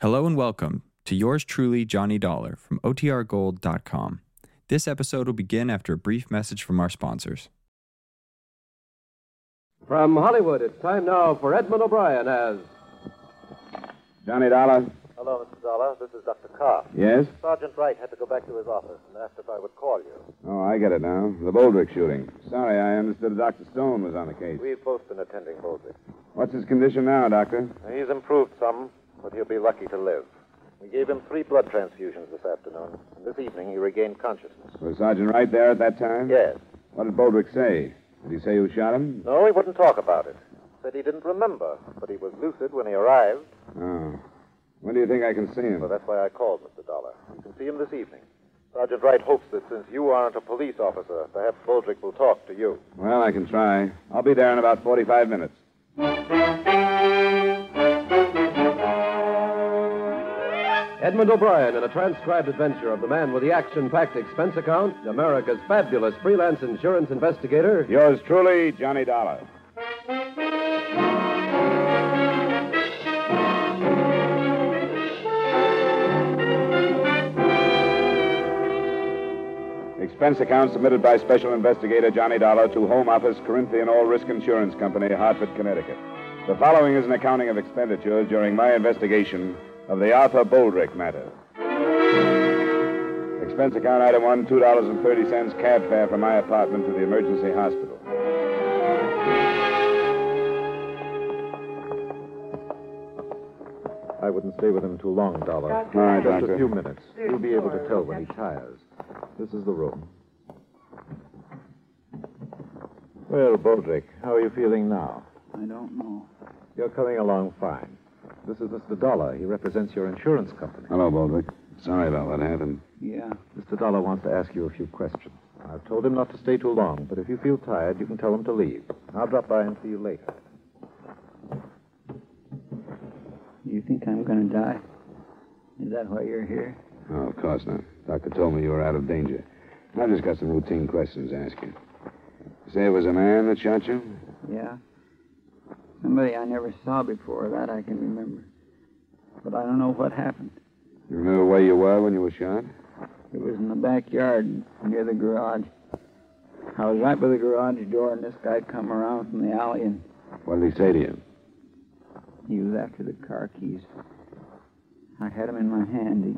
Hello and welcome to yours truly, Johnny Dollar from OTRGold.com. This episode will begin after a brief message from our sponsors. From Hollywood, it's time now for Edmund O'Brien as. Johnny Dollar? Hello, Mr. Dollar. This is Dr. Carr. Yes? Sergeant Wright had to go back to his office and asked if I would call you. Oh, I get it now. The Boldrick shooting. Sorry, I understood Dr. Stone was on the case. We've both been attending Boldwick. What's his condition now, Doctor? He's improved some, but he'll be lucky to live. We gave him three blood transfusions this afternoon, and this evening he regained consciousness. Was Sergeant Wright there at that time? Yes. What did Boldrick say? Did he say who shot him? No, he wouldn't talk about it. Said he didn't remember, but he was lucid when he arrived. Oh. When do you think I can see him? Well, that's why I called, Mr. Dollar. You can see him this evening. Sergeant Wright hopes that since you aren't a police officer, perhaps Boldrick will talk to you. Well, I can try. I'll be there in about 45 minutes. Edmund O'Brien in a transcribed adventure of the man with the action packed expense account, America's fabulous freelance insurance investigator. Yours truly, Johnny Dollar. Expense account submitted by Special Investigator Johnny Dollar to Home Office Corinthian All Risk Insurance Company, Hartford, Connecticut. The following is an accounting of expenditures during my investigation of the Arthur Boldrick matter. Expense account item one, $2.30 cab fare from my apartment to the emergency hospital. I wouldn't stay with him too long, Dollar. All right, Just a Doctor. few minutes. You'll be able to tell when he tires. This is the room. Well, Bodrick, how are you feeling now? I don't know. You're coming along fine. This is Mr. Dollar. He represents your insurance company. Hello, Boldrick. Sorry about what happened. Yeah. Mr. Dollar wants to ask you a few questions. I've told him not to stay too long, but if you feel tired, you can tell him to leave. I'll drop by and see you later. You think I'm going to die? Is that why you're here? Oh, of course not. Doctor told me you were out of danger. I've just got some routine questions to ask you. You say it was a man that shot you? Yeah. Somebody I never saw before, that I can remember. But I don't know what happened. You remember where you were when you were shot? It was in the backyard near the garage. I was right by the garage door, and this guy'd come around from the alley, and What did he say to you? he was after the car keys. I had him in my hand. He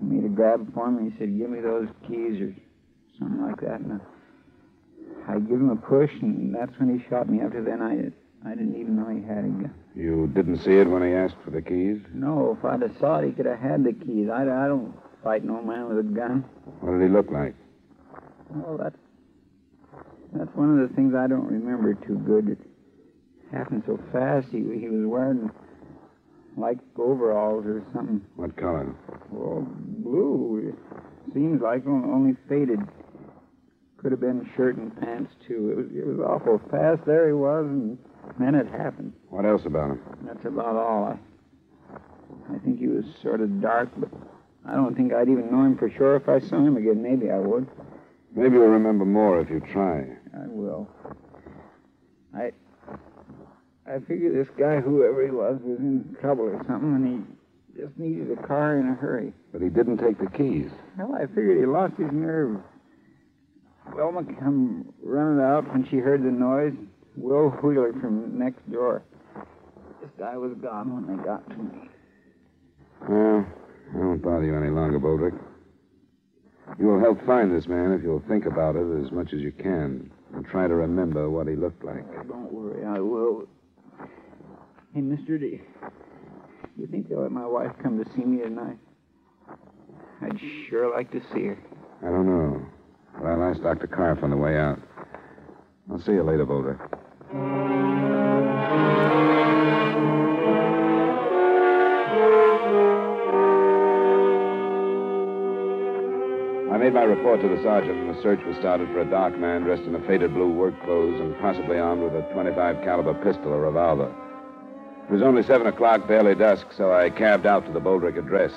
he made a grab for me. He said, "Give me those keys," or something like that. And I, I give him a push, and that's when he shot me. After then, I I didn't even know he had a gun. You didn't see it when he asked for the keys? No, if I'd have saw it, he could have had the keys. I, I don't fight no man with a gun. What did he look like? Well, that's that's one of the things I don't remember too good. It happened so fast. He he was wearing like overalls or something. What color? Well, blue. It seems like on- only faded. Could have been shirt and pants too. It was it was awful fast. There he was, and then it happened. What else about him? That's about all. I I think he was sort of dark, but I don't think I'd even know him for sure if I saw him again. Maybe I would. Maybe you'll remember more if you try. I will. I I figure this guy, whoever he was, was in trouble or something, and he just needed a car in a hurry. But he didn't take the keys. Well, I figured he lost his nerve. Wilma come running out when she heard the noise. Will Wheeler from next door. This guy was gone when they got to me. Well, I won't bother you any longer, Bodrick. You will help find this man if you'll think about it as much as you can and try to remember what he looked like. Oh, don't worry, I will. Hey, Mr. D, you think they'll let my wife come to see me tonight? I'd sure like to see her. I don't know. But I'll ask Dr. Carf on the way out. I'll see you later, Boulder. I made my report to the sergeant, and the search was started for a dark man dressed in a faded blue work clothes and possibly armed with a 25 caliber pistol or revolver. It was only 7 o'clock, barely dusk, so I cabbed out to the Boldrick address.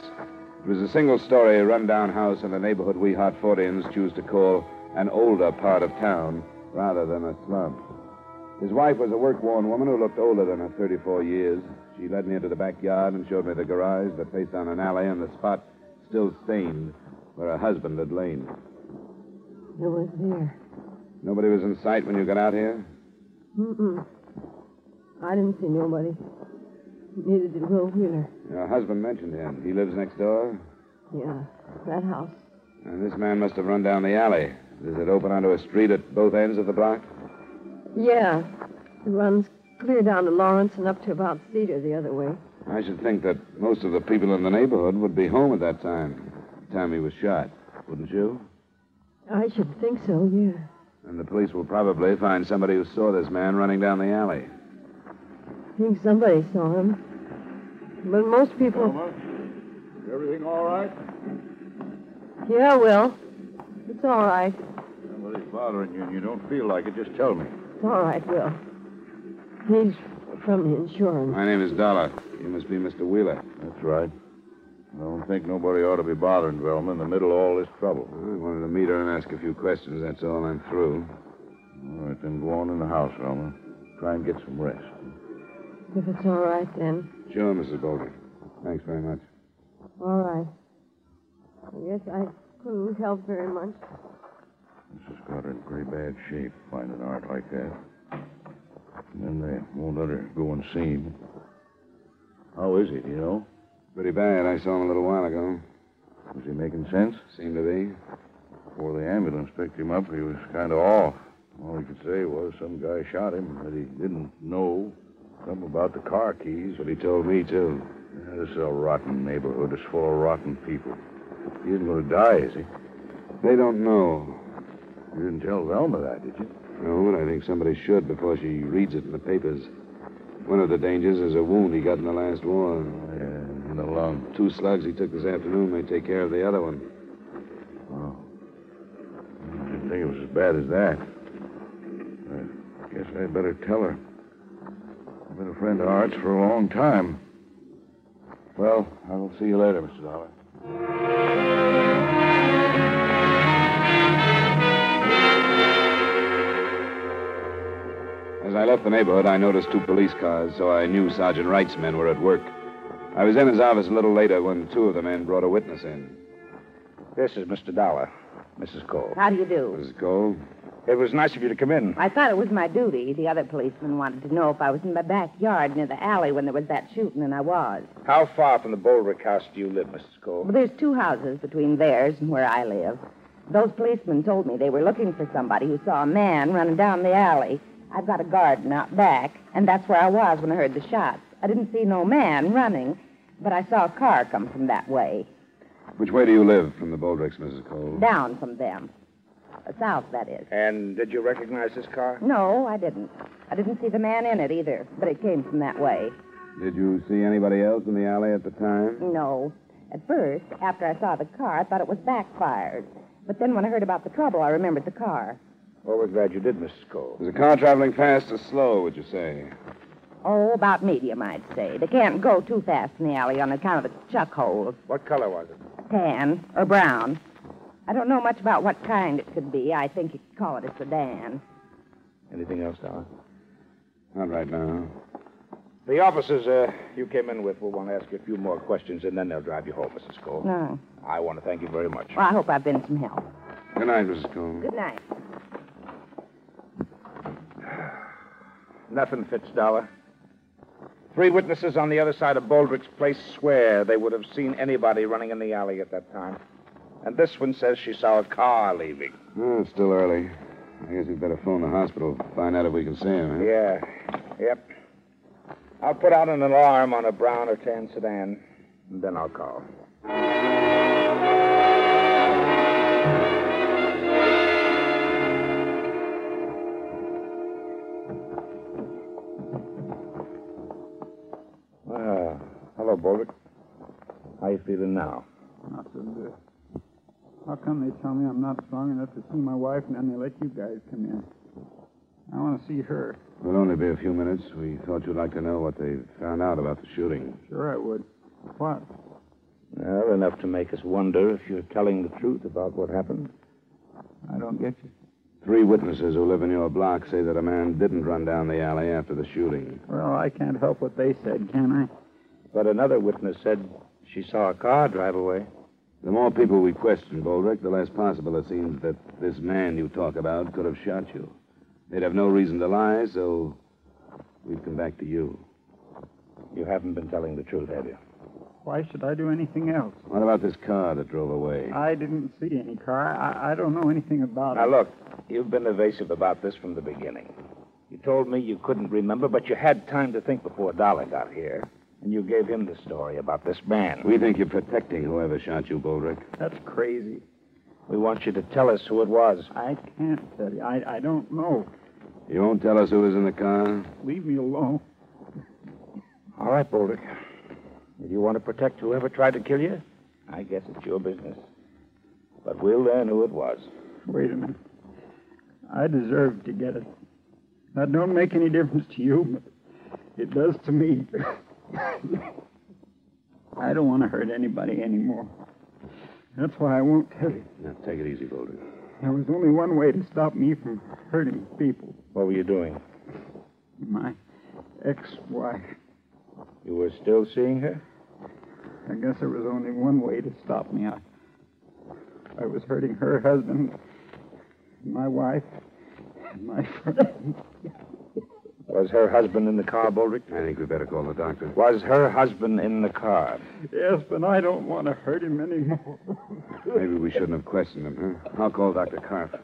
It was a single story, rundown house in a neighborhood we Hartfordians choose to call an older part of town rather than a slum. His wife was a work worn woman who looked older than her 34 years. She led me into the backyard and showed me the garage that faced on an alley and the spot still stained where her husband had lain. No one's there. Nobody was in sight when you got out here? Mm-mm. I didn't see nobody. Neither did Will Wheeler. Your husband mentioned him. He lives next door. Yeah, that house. And this man must have run down the alley. Does it open onto a street at both ends of the block? Yeah, it runs clear down to Lawrence and up to about Cedar the other way. I should think that most of the people in the neighborhood would be home at that time, the time he was shot, wouldn't you? I should think so, yeah. And the police will probably find somebody who saw this man running down the alley. I think somebody saw him. But most people. Everything all right? Yeah, Will. It's all right. Somebody's bothering you and you don't feel like it. Just tell me. It's all right, Will. He's from the insurance. My name is Dollar. You must be Mr. Wheeler. That's right. I don't think nobody ought to be bothering Velma in the middle of all this trouble. I wanted to meet her and ask a few questions. That's all I'm through. All right, then go on in the house, Velma. Try and get some rest. If it's all right, then. Sure, Mrs. Bolton. Thanks very much. All right. I guess I couldn't help very much. Mrs. got her in pretty bad shape, find an art like that. And then they won't let her go unseen. How is he, do you know? Pretty bad. I saw him a little while ago. Is he making sense? Seemed to be. Before the ambulance picked him up, he was kind of off. All he could say was some guy shot him, but he didn't know something about the car keys. That's what he told me, too. Yeah, this is a rotten neighborhood. It's full of rotten people. He isn't going to die, is he? They don't know. You didn't tell Velma that, did you? No, but I think somebody should before she reads it in the papers. One of the dangers is a wound he got in the last war. Yeah, in the lung. Two slugs he took this afternoon may take care of the other one. Wow. I didn't think it was as bad as that. I guess I'd better tell her. I've been a friend of Art's for a long time. Well, I will see you later, Mr. Dollar. As I left the neighborhood, I noticed two police cars, so I knew Sergeant Wright's men were at work. I was in his office a little later when two of the men brought a witness in. This is Mr. Dollar, Mrs. Cole. How do you do? Mrs. Cole? It was nice of you to come in. I thought it was my duty. The other policeman wanted to know if I was in my backyard near the alley when there was that shooting, and I was. How far from the Bolrick house do you live, Mrs. Cole? Well, there's two houses between theirs and where I live. Those policemen told me they were looking for somebody who saw a man running down the alley. I've got a garden out back, and that's where I was when I heard the shots. I didn't see no man running, but I saw a car come from that way, Which way do you live from the Boldricks, Mrs. Cole? down from them. Uh, South, that is. And did you recognize this car? No, I didn't. I didn't see the man in it either, but it came from that way. Did you see anybody else in the alley at the time? No. At first, after I saw the car, I thought it was backfired. But then when I heard about the trouble, I remembered the car. Well, we're glad you did, Mrs. Cole. Was the car traveling fast or slow, would you say? Oh, about medium, I'd say. They can't go too fast in the alley on account of the chuck holes, What color was it? tan or brown. I don't know much about what kind it could be. I think you'd call it a sedan. Anything else, Dollar? Not right now. The officers uh, you came in with will want to ask you a few more questions, and then they'll drive you home, Mrs. Cole. No. I want to thank you very much. Well, I hope I've been some help. Good night, Mrs. Cole. Good night. Nothing fits Dollar. Three witnesses on the other side of Baldrick's place swear they would have seen anybody running in the alley at that time. And this one says she saw a car leaving. Oh, it's still early. I guess we'd better phone the hospital, find out if we can see him. Huh? Yeah. Yep. I'll put out an alarm on a brown or tan sedan, and then I'll call. Well, hello, Baldrick. How you feeling now? Not so good. How come they tell me I'm not strong enough to see my wife, and then they let you guys come in? I want to see her. It'll only be a few minutes. We thought you'd like to know what they found out about the shooting. Sure, I would. What? Well, enough to make us wonder if you're telling the truth about what happened. I don't get you. Three witnesses who live in your block say that a man didn't run down the alley after the shooting. Well, I can't help what they said, can I? But another witness said she saw a car drive away. The more people we question, Baldrick, the less possible it seems that this man you talk about could have shot you. They'd have no reason to lie, so we've come back to you. You haven't been telling the truth, have you? Why should I do anything else? What about this car that drove away? I didn't see any car. I, I don't know anything about Now, it. look, you've been evasive about this from the beginning. You told me you couldn't remember, but you had time to think before Dollar got here. And you gave him the story about this man. We think you're protecting whoever shot you, Baldrick. That's crazy. We want you to tell us who it was. I can't tell you. I, I don't know. You won't tell us who was in the car? Leave me alone. All right, Baldrick. If you want to protect whoever tried to kill you, I guess it's your business. But we'll learn who it was. Wait a minute. I deserve to get it. That don't make any difference to you, but it does to me. I don't want to hurt anybody anymore. That's why I won't tell you. Now, take it easy, Baldrick. There was only one way to stop me from hurting people. What were you doing? My ex-wife. You were still seeing her? I guess there was only one way to stop me. I, I was hurting her husband, my wife, and my friend. Was her husband in the car, Baldrick? I think we better call the doctor. Was her husband in the car? Yes, but I don't want to hurt him anymore. Maybe we shouldn't have questioned him, huh? I'll call Dr. Karp.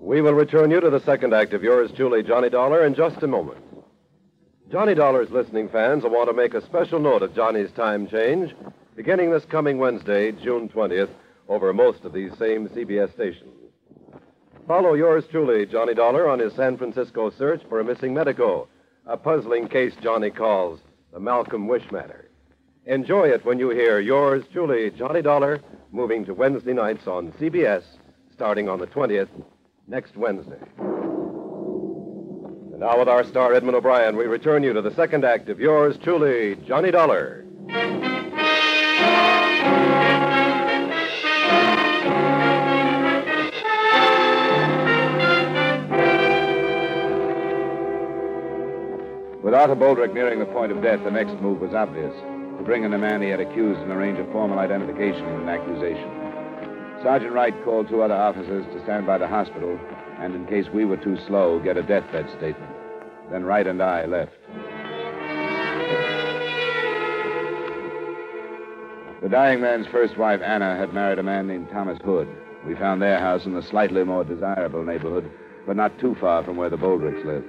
We will return you to the second act of yours truly, Johnny Dollar, in just a moment. Johnny Dollar's listening fans will want to make a special note of Johnny's time change, beginning this coming Wednesday, June 20th, over most of these same CBS stations. Follow yours truly, Johnny Dollar, on his San Francisco search for a missing medico, a puzzling case Johnny calls the Malcolm Wish Matter. Enjoy it when you hear yours truly, Johnny Dollar, moving to Wednesday nights on CBS, starting on the 20th next Wednesday. And now, with our star Edmund O'Brien, we return you to the second act of yours truly, Johnny Dollar. With Arthur Baldrick nearing the point of death, the next move was obvious to bring in the man he had accused and arrange a formal identification and accusation. Sergeant Wright called two other officers to stand by the hospital and, in case we were too slow, get a deathbed statement. Then Wright and I left. The dying man's first wife, Anna, had married a man named Thomas Hood. We found their house in the slightly more desirable neighborhood, but not too far from where the Baldricks lived.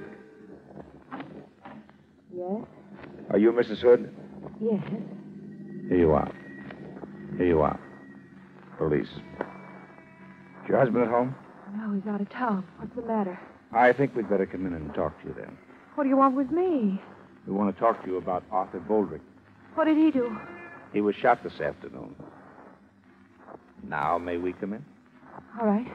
Yes? Are you Mrs. Hood? Yes. Here you are. Here you are. Police. Is your husband at home? No, he's out of town. What's the matter? I think we'd better come in and talk to you then. What do you want with me? We want to talk to you about Arthur Baldrick. What did he do? He was shot this afternoon. Now, may we come in? All right.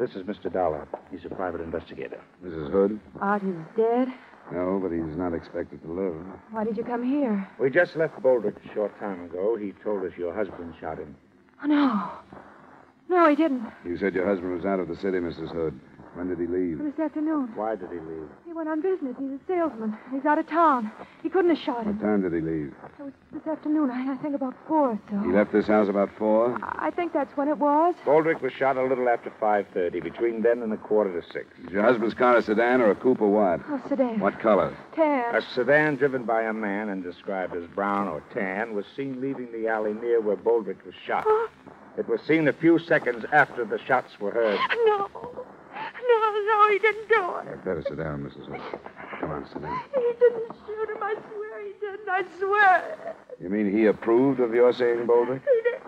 This is Mr. Dollar. He's a private investigator. Mrs. Hood? Art is dead. No, but he's not expected to live. Why did you come here? We just left Baldrick a short time ago. He told us your husband shot him. Oh, no. No, he didn't. You said your husband was out of the city, Mrs. Hood. When did he leave? This afternoon. Why did he leave? He went on business. He's a salesman. He's out of town. He couldn't have shot What him. time did he leave? It was this afternoon, I, I think about four or so. He left this house about four. I I think that's when it was. Baldrick was shot a little after 5.30, between then and a quarter to 6. Is your husband's car a sedan or a coupe or what? Oh, sedan. What color? Tan. A sedan driven by a man and described as brown or tan was seen leaving the alley near where Baldrick was shot. It was seen a few seconds after the shots were heard. No. No, no, he didn't do it. I'd better sit down, Mrs. Hood. Come on, sit down. He didn't shoot him. I swear he didn't. I swear. You mean he approved of your saying Baldrick? He did.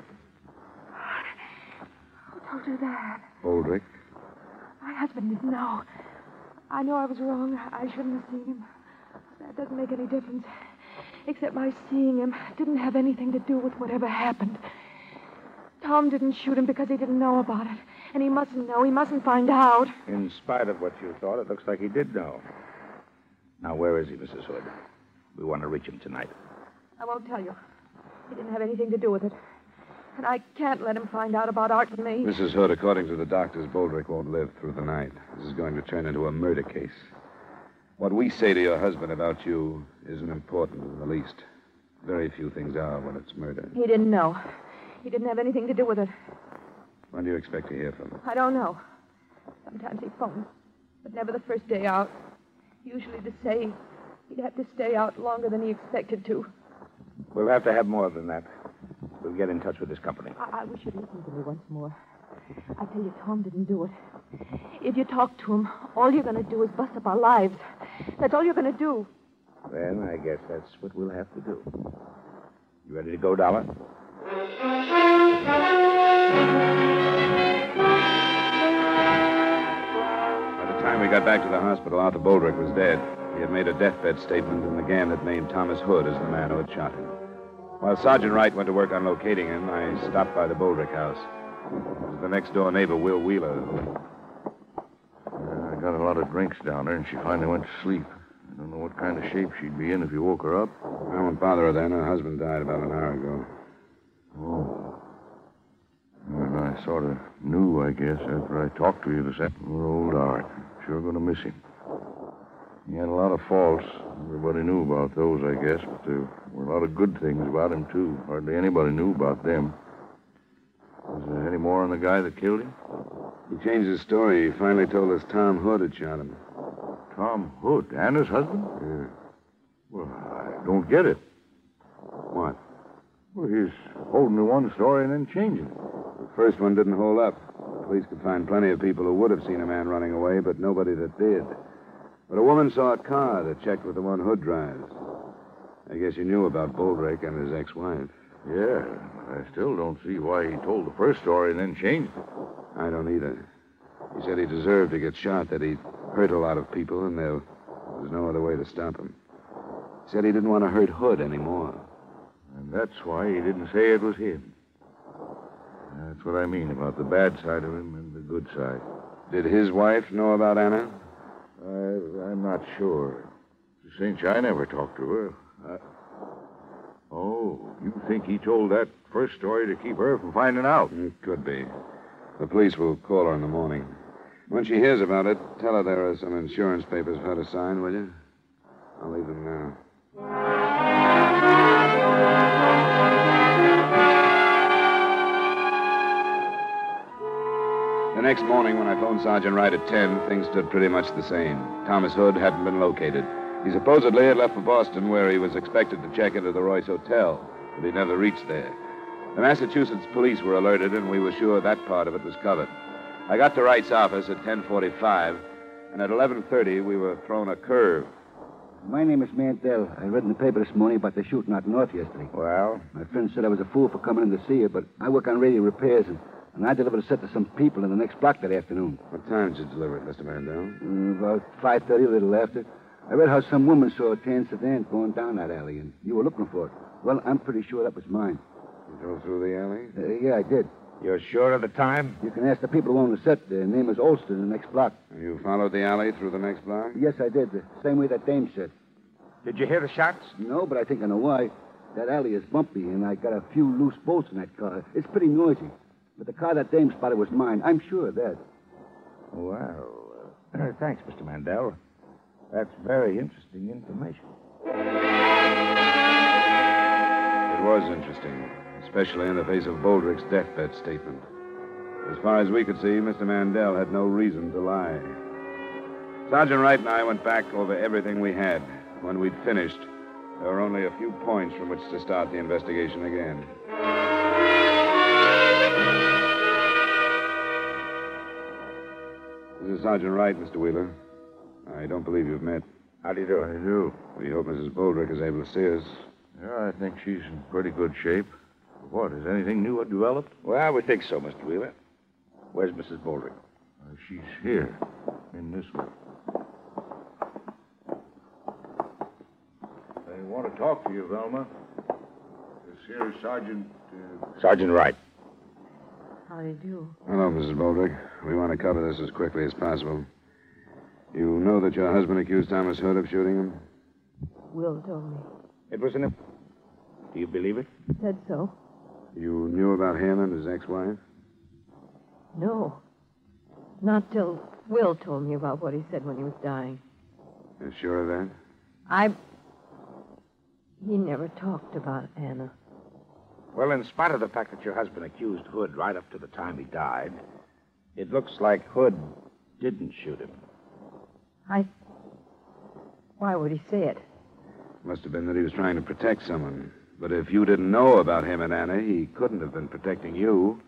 Who told you that? Baldrick? My husband didn't know. I know I was wrong. I shouldn't have seen him. That doesn't make any difference. Except my seeing him didn't have anything to do with whatever happened. Tom didn't shoot him because he didn't know about it. And he mustn't know. He mustn't find out. In spite of what you thought, it looks like he did know. Now, where is he, Mrs. Hood? We want to reach him tonight. I won't tell you. He didn't have anything to do with it. And I can't let him find out about Art and me. Mrs. Hood, according to the doctors, Boldrick won't live through the night. This is going to turn into a murder case. What we say to your husband about you isn't important in the least. Very few things are when it's murder. He didn't know. He didn't have anything to do with it. When do you expect to hear from him? I don't know. Sometimes he phones, but never the first day out. Usually to say he'd have to stay out longer than he expected to. We'll have to have more than that. We'll get in touch with his company. I, I wish you'd listen to me once more. I tell you, Tom didn't do it. If you talk to him, all you're going to do is bust up our lives. That's all you're going to do. Then I guess that's what we'll have to do. You ready to go, Dollar? By the time we got back to the hospital, Arthur Boldrick was dead. He had made a deathbed statement, and the gang had named Thomas Hood as the man who had shot him. While Sergeant Wright went to work on locating him, I stopped by the Boldrick house. It was the next door neighbor, Will Wheeler. I got a lot of drinks down her, and she finally went to sleep. I don't know what kind of shape she'd be in if you woke her up. I won't bother her then. Her husband died about an hour ago. Oh. And I sort of knew, I guess, after I talked to you this afternoon. Poor old Art. Sure going to miss him. He had a lot of faults. Everybody knew about those, I guess, but there were a lot of good things about him, too. Hardly anybody knew about them. Was there any more on the guy that killed him? He changed his story. He finally told us Tom Hood had shot him. Tom Hood, Anna's husband? Yeah. Well, I don't get it. What? Well, he's holding to one story and then changing it. The first one didn't hold up. The police could find plenty of people who would have seen a man running away, but nobody that did. But a woman saw a car that checked with the one Hood drives. I guess you knew about Boldrick and his ex-wife. Yeah, I still don't see why he told the first story and then changed it. I don't either. He said he deserved to get shot, that he hurt a lot of people, and there was no other way to stop him. He said he didn't want to hurt Hood anymore. And that's why he didn't say it was him. That's what I mean about the bad side of him and the good side. Did his wife know about Anna? I, I'm not sure. Cinch, I never talked to her. I... Oh, you think he told that first story to keep her from finding out? It could be. The police will call her in the morning. When she hears about it, tell her there are some insurance papers for her to sign, will you? I'll leave them now. The next morning, when I phoned Sergeant Wright at 10, things stood pretty much the same. Thomas Hood hadn't been located. He supposedly had left for Boston, where he was expected to check into the Royce Hotel, but he never reached there. The Massachusetts police were alerted, and we were sure that part of it was covered. I got to Wright's office at 10:45, and at 11:30 we were thrown a curve. My name is Mantell. I read in the paper this morning about the shooting out north yesterday. Well, my friend said I was a fool for coming in to see you, but I work on radio repairs, and, and I delivered a set to some people in the next block that afternoon. What time did you deliver it, Mr. Mandel? Mm, about 5:30, a little after. I read how some woman saw a tan sedan going down that alley, and you were looking for it. Well, I'm pretty sure that was mine. You drove through the alley? Uh, yeah, I did. You're sure of the time? You can ask the people who own the set. Their name is Olster, the next block. You followed the alley through the next block? Yes, I did. The same way that dame said. Did you hear the shots? No, but I think I know why. That alley is bumpy, and I got a few loose bolts in that car. It's pretty noisy. But the car that dame spotted was mine. I'm sure of that. Well, uh, thanks, Mr. Mandel. That's very interesting information. It was interesting especially in the face of Boldrick's deathbed statement. As far as we could see, Mr. Mandel had no reason to lie. Sergeant Wright and I went back over everything we had. When we'd finished, there were only a few points from which to start the investigation again. This is Sergeant Wright, Mr. Wheeler. I don't believe you've met. How do you do? How do you do? We hope Mrs. Boldrick is able to see us. Yeah, I think she's in pretty good shape. What, is anything new developed? Well, we think so, Mr. Wheeler. Where's Mrs. Bouldering? Uh, she's here, in this room. They want to talk to you, Velma. This here is Sergeant. Uh... Sergeant Wright. How do you do? Hello, Mrs. Baldrick. We want to cover this as quickly as possible. You know that your husband accused Thomas Hood of shooting him? Will told me. It was an. Do you believe it? Said so. You knew about him and his ex wife? No. Not till Will told me about what he said when he was dying. You're sure of that? I. He never talked about Anna. Well, in spite of the fact that your husband accused Hood right up to the time he died, it looks like Hood didn't shoot him. I. Why would he say it? Must have been that he was trying to protect someone. But if you didn't know about him and Anna, he couldn't have been protecting you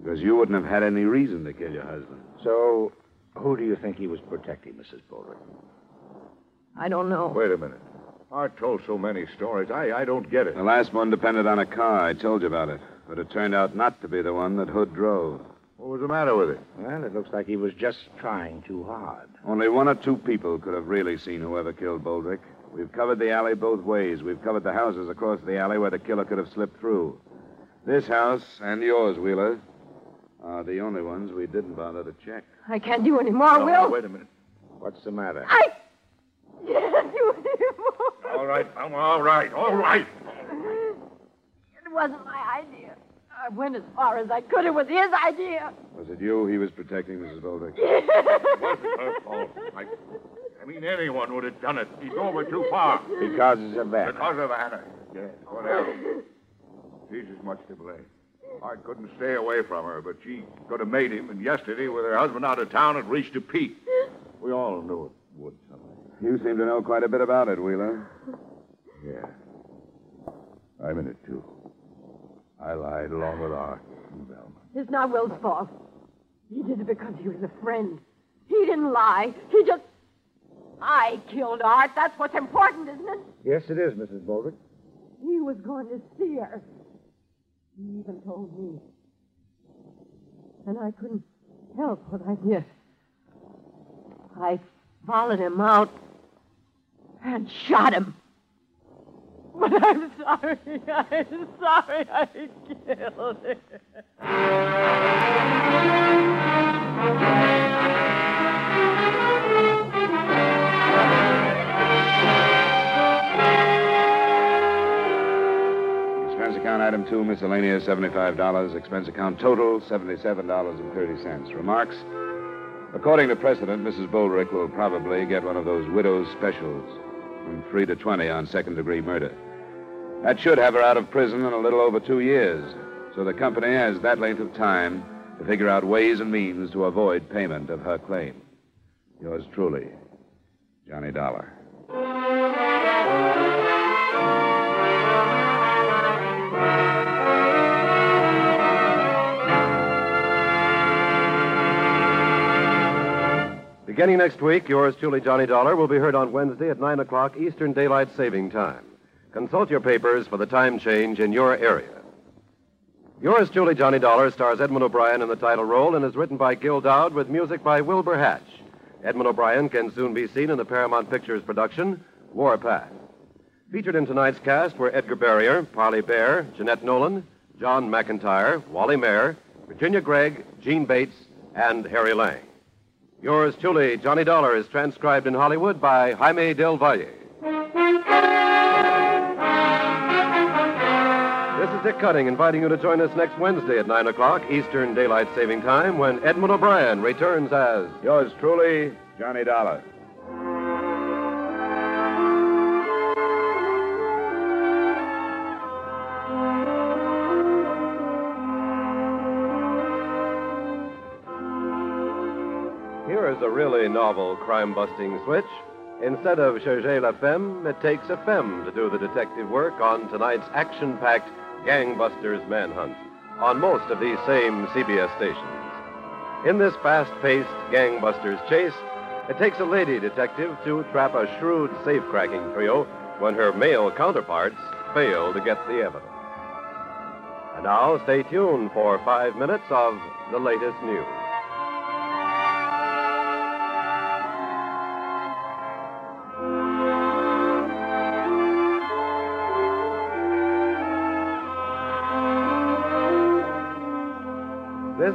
because you wouldn't have had any reason to kill your husband. So, who do you think he was protecting, Mrs. Baldrick? I don't know. Oh, Wait a minute. Art told so many stories. I, I don't get it. The last one depended on a car. I told you about it. But it turned out not to be the one that Hood drove. What was the matter with it? Well, it looks like he was just trying too hard. Only one or two people could have really seen whoever killed Boldrick. We've covered the alley both ways. We've covered the houses across the alley where the killer could have slipped through. This house and yours, Wheeler, are the only ones we didn't bother to check. I can't do any more, no, Will. no, wait a minute. What's the matter? I can't do any more. All right, Alma, all right, all right. It wasn't my idea. I went as far as I could. It was his idea. Was it you he was protecting, Mrs. Boldrick? It wasn't her fault. I, I mean, anyone would have done it. He's over too far. Because of that. Because of Anna. Yes, what else? She's as much to blame. I couldn't stay away from her, but she could have made him, and yesterday, with her husband out of town, it reached a peak. We all knew it would someday. You seem to know quite a bit about it, Wheeler. Yeah. I'm in it, too. I lied along with Art and Velma. It's not Will's fault. He did it because he was a friend. He didn't lie. He just. I killed Art. That's what's important, isn't it? Yes, it is, Mrs. Baldrick. He was going to see her. He even told me. And I couldn't help what I did. I followed him out and shot him. But I'm sorry. I'm sorry I killed him. Expense account item two, miscellaneous $75. Expense account total $77.30. Remarks? According to precedent, Mrs. Boldrick will probably get one of those widow's specials from 3 to 20 on second degree murder. That should have her out of prison in a little over two years, so the company has that length of time to figure out ways and means to avoid payment of her claim. Yours truly, Johnny Dollar. Beginning next week, yours truly, Johnny Dollar, will be heard on Wednesday at 9 o'clock Eastern Daylight Saving Time. Consult your papers for the time change in your area. Yours truly, Johnny Dollar, stars Edmund O'Brien in the title role and is written by Gil Dowd with music by Wilbur Hatch. Edmund O'Brien can soon be seen in the Paramount Pictures production, Warpath. Featured in tonight's cast were Edgar Barrier, Parley Bear, Jeanette Nolan, John McIntyre, Wally Mayer, Virginia Gregg, Gene Bates, and Harry Lang. Yours truly, Johnny Dollar, is transcribed in Hollywood by Jaime Del Valle. This is Dick Cutting inviting you to join us next Wednesday at 9 o'clock Eastern Daylight Saving Time when Edmund O'Brien returns as Yours truly, Johnny Dollar. Here is a really novel crime busting switch. Instead of cherchez la femme, it takes a femme to do the detective work on tonight's action packed Gangbusters Manhunt on most of these same CBS stations. In this fast paced Gangbusters chase, it takes a lady detective to trap a shrewd safecracking trio when her male counterparts fail to get the evidence. And now, stay tuned for five minutes of the latest news. This